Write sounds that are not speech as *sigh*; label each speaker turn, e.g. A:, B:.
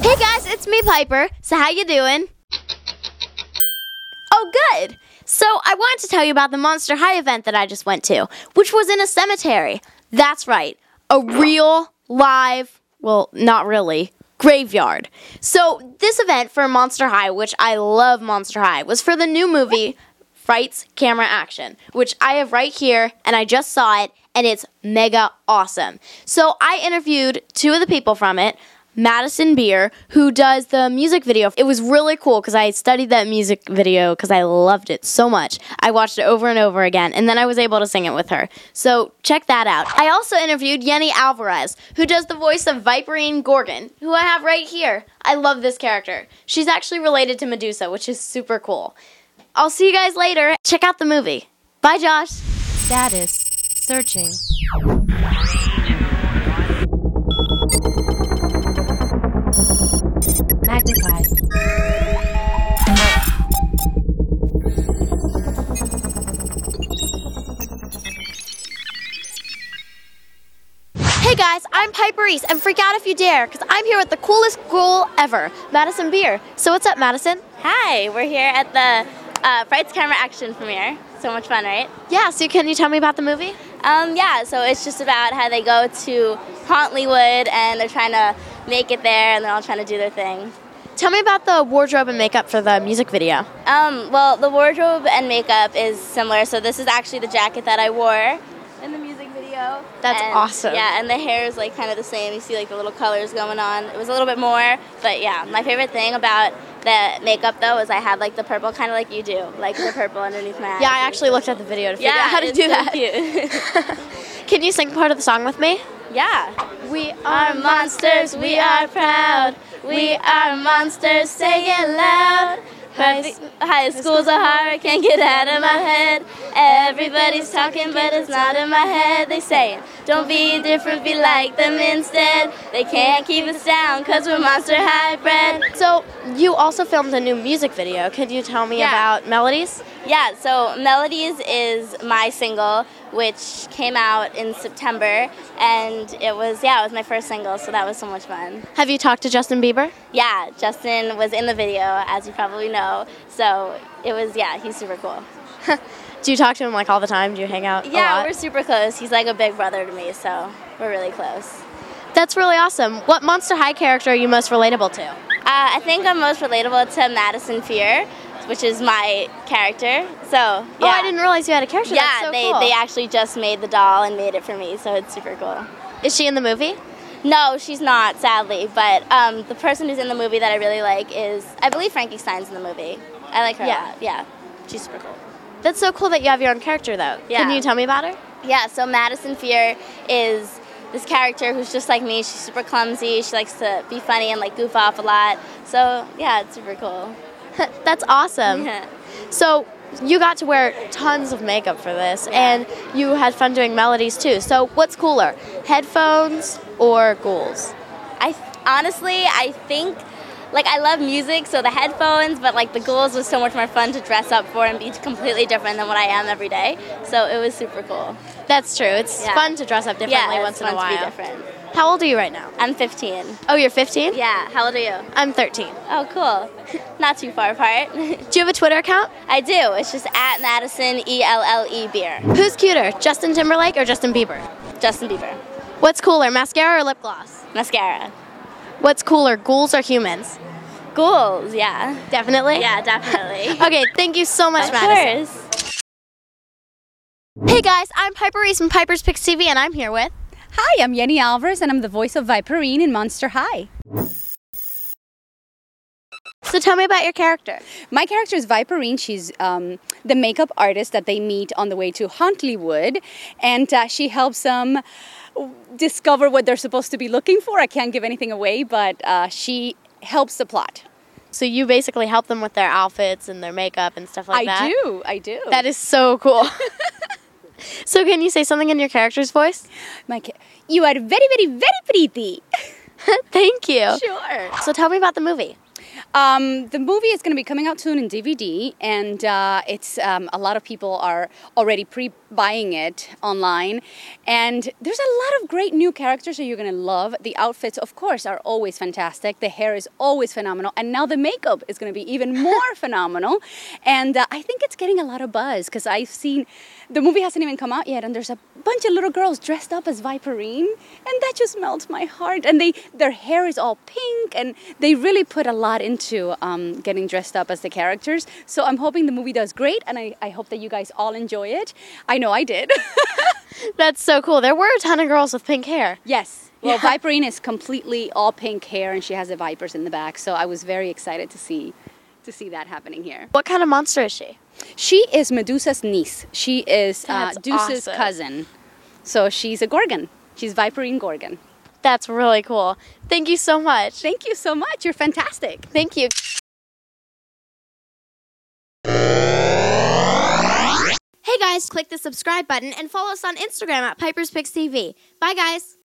A: Hey guys, it's me Piper. So how you doing? Oh, good. So I wanted to tell you about the Monster High event that I just went to, which was in a cemetery. That's right, a real live, well, not really, graveyard. So this event for Monster High, which I love Monster High, was for the new movie Frights Camera Action, which I have right here and I just saw it and it's mega awesome. So I interviewed two of the people from it. Madison Beer, who does the music video. It was really cool because I studied that music video because I loved it so much. I watched it over and over again, and then I was able to sing it with her. So check that out. I also interviewed Yenny Alvarez, who does the voice of Viperine Gorgon, who I have right here. I love this character. She's actually related to Medusa, which is super cool. I'll see you guys later. Check out the movie. Bye, Josh.
B: Status searching. Magnify.
A: Hey guys, I'm Piper East, and freak out if you dare, because I'm here with the coolest girl ever, Madison Beer. So what's up, Madison?
C: Hi, we're here at the uh, Frights Camera Action premiere. So much fun, right?
A: Yeah, so can you tell me about the movie?
C: Um, yeah, so it's just about how they go to Hauntlywood and they're trying to make it there and they're all trying to do their thing.
A: Tell me about the wardrobe and makeup for the music video.
C: Um, well, the wardrobe and makeup is similar. So this is actually the jacket that I wore in the music video.
A: That's
C: And,
A: awesome.
C: Yeah, and the hair is like kind of the same. You see like the little colors going on. It was a little bit more, but yeah. My favorite thing about the makeup though is I had like the purple, kind of like you do, like the purple underneath my eyes.
A: Yeah, I actually looked at the video to figure
C: *laughs* yeah,
A: out how to
C: it's
A: do
C: so
A: that.
C: Cute. *laughs*
A: Can you sing part of the song with me?
C: yeah.
A: We
C: are monsters, we are proud. We are monsters, say it loud. High, high school's a horror, can't get out of my head. Everybody's talking, but it's not in my head. They say, don't be different, be like them instead. They can't keep us down, cause we're monster hybrid.
A: So you also filmed a new music video. Could you tell me
C: Yeah.
A: about melodies?
C: Yeah, so Melodies is my single, which came out in September. And it was, yeah, it was my first single, so that was so much fun.
A: Have you talked to Justin Bieber?
C: Yeah, Justin was in the video, as you probably know. So it was, yeah, he's super cool. *laughs*
A: Do you talk to him like all the time? Do you hang out? a
C: Yeah,
A: lot?
C: we're super close. He's like a big brother to me, so we're really close.
A: That's really awesome. What Monster High character are you most relatable to? Oh,
C: Uh, I think I'm most relatable to Madison Fear, which is my character. So yeah.
A: Oh, I didn't realize you had a character.
C: Yeah,
A: That's so
C: they,
A: cool.
C: they actually just made the doll and made it for me, so it's super cool.
A: Is she in the movie?
C: No, she's not, sadly, but um, the person who's in the movie that I really like is, I believe Frankie Stein's in the movie. I like her
A: Yeah.
C: a lot. Yeah, she's super cool.
A: That's so cool that you have your own character, though.
C: Yeah.
A: Can you tell me about her? *laughs*
C: Yeah, so Madison Fear is this character who's just like me. She's super clumsy. She likes to be funny and like goof off a lot. So yeah, it's super cool.
A: That's awesome.
C: Yeah.
A: So you got to wear tons of makeup for this, and you had fun doing melodies too. So what's cooler, headphones or ghouls?
C: *laughs* I th- honestly, I think like I love music, so the headphones, but like the ghouls was so much more fun to dress up for and be completely different than what I am every day. So it was super cool.
A: That's true. It's
C: Yeah.
A: fun to dress up differently
C: yeah,
A: once
C: it's
A: in a
C: fun to be
A: while.
C: different.
A: How old are you right now?
C: I'm 15.
A: Oh, you're 15.
C: Yeah, how old are you?
A: I'm 13.
C: Oh, cool. *laughs* Not too far apart. *laughs*
A: Do you have a Twitter account?
C: I do. It's just at Madison E L L E beer.
A: Who's cuter, Justin Timberlake or Justin Bieber?
C: Justin Bieber.
A: What's cooler, mascara or lip gloss?
C: Mascara.
A: What's cooler, ghouls or humans?
C: Ghouls, yeah.
A: Definitely.
C: Yeah, *laughs* definitely.
A: Okay, thank you so much, Madison. Hey guys, I'm Piper Reese from Piper's Picks TV, and I'm here with.
D: Hi, I'm Yenny Alvarez, and I'm the voice of Viperine in Monster High.
A: So tell me about your character.
D: My character is Viperine. She's um, the makeup artist that they meet on the way to Huntleywood, and uh, she helps them discover what they're supposed to be looking for. I can't give anything away, but uh, she helps the plot.
A: So you basically help them with their outfits and their makeup and stuff like that.
D: I do, I do.
A: That is so
D: *laughs*
A: cool. so can you say something in your character's voice?
D: my ca- you are very, very, very pretty.
A: Thank you.
D: Sure.
A: So tell me about the movie.
D: Um, the movie is going to be coming out soon in DVD, and uh, it's um, a lot of people are already pre-buying it online. And there's a lot of great new characters that you're going to love. The outfits, of course, are always fantastic. The hair is always phenomenal, and now the makeup is going to be even more phenomenal. And uh, I think it's getting a lot of buzz because I've seen the movie hasn't even come out yet, and there's a bunch of little girls dressed up as Viperine, and that just melts my heart. And they their hair is all pink, and they really put a lot into um, getting dressed up as the characters. So I'm hoping the movie does great, and I, I hope that you guys all enjoy it. I know I did. *laughs*
A: That's so cool. There were a ton of girls with pink hair.
D: yes. Well, Viperine is completely all pink hair, and she has the vipers in the back. So I was very excited to see to see that happening here.
A: What kind of monster is she?
D: She is Medusa's niece. She is uh,
A: That's
D: Deuce's
A: awesome.
D: cousin. So she's a Gorgon. She's Viperine Gorgon.
A: That's really cool. Thank you so much.
D: Thank you so much. You're fantastic.
A: Thank you. Hey guys, click the subscribe button and follow us on Instagram at Piper's Picks TV. Bye guys.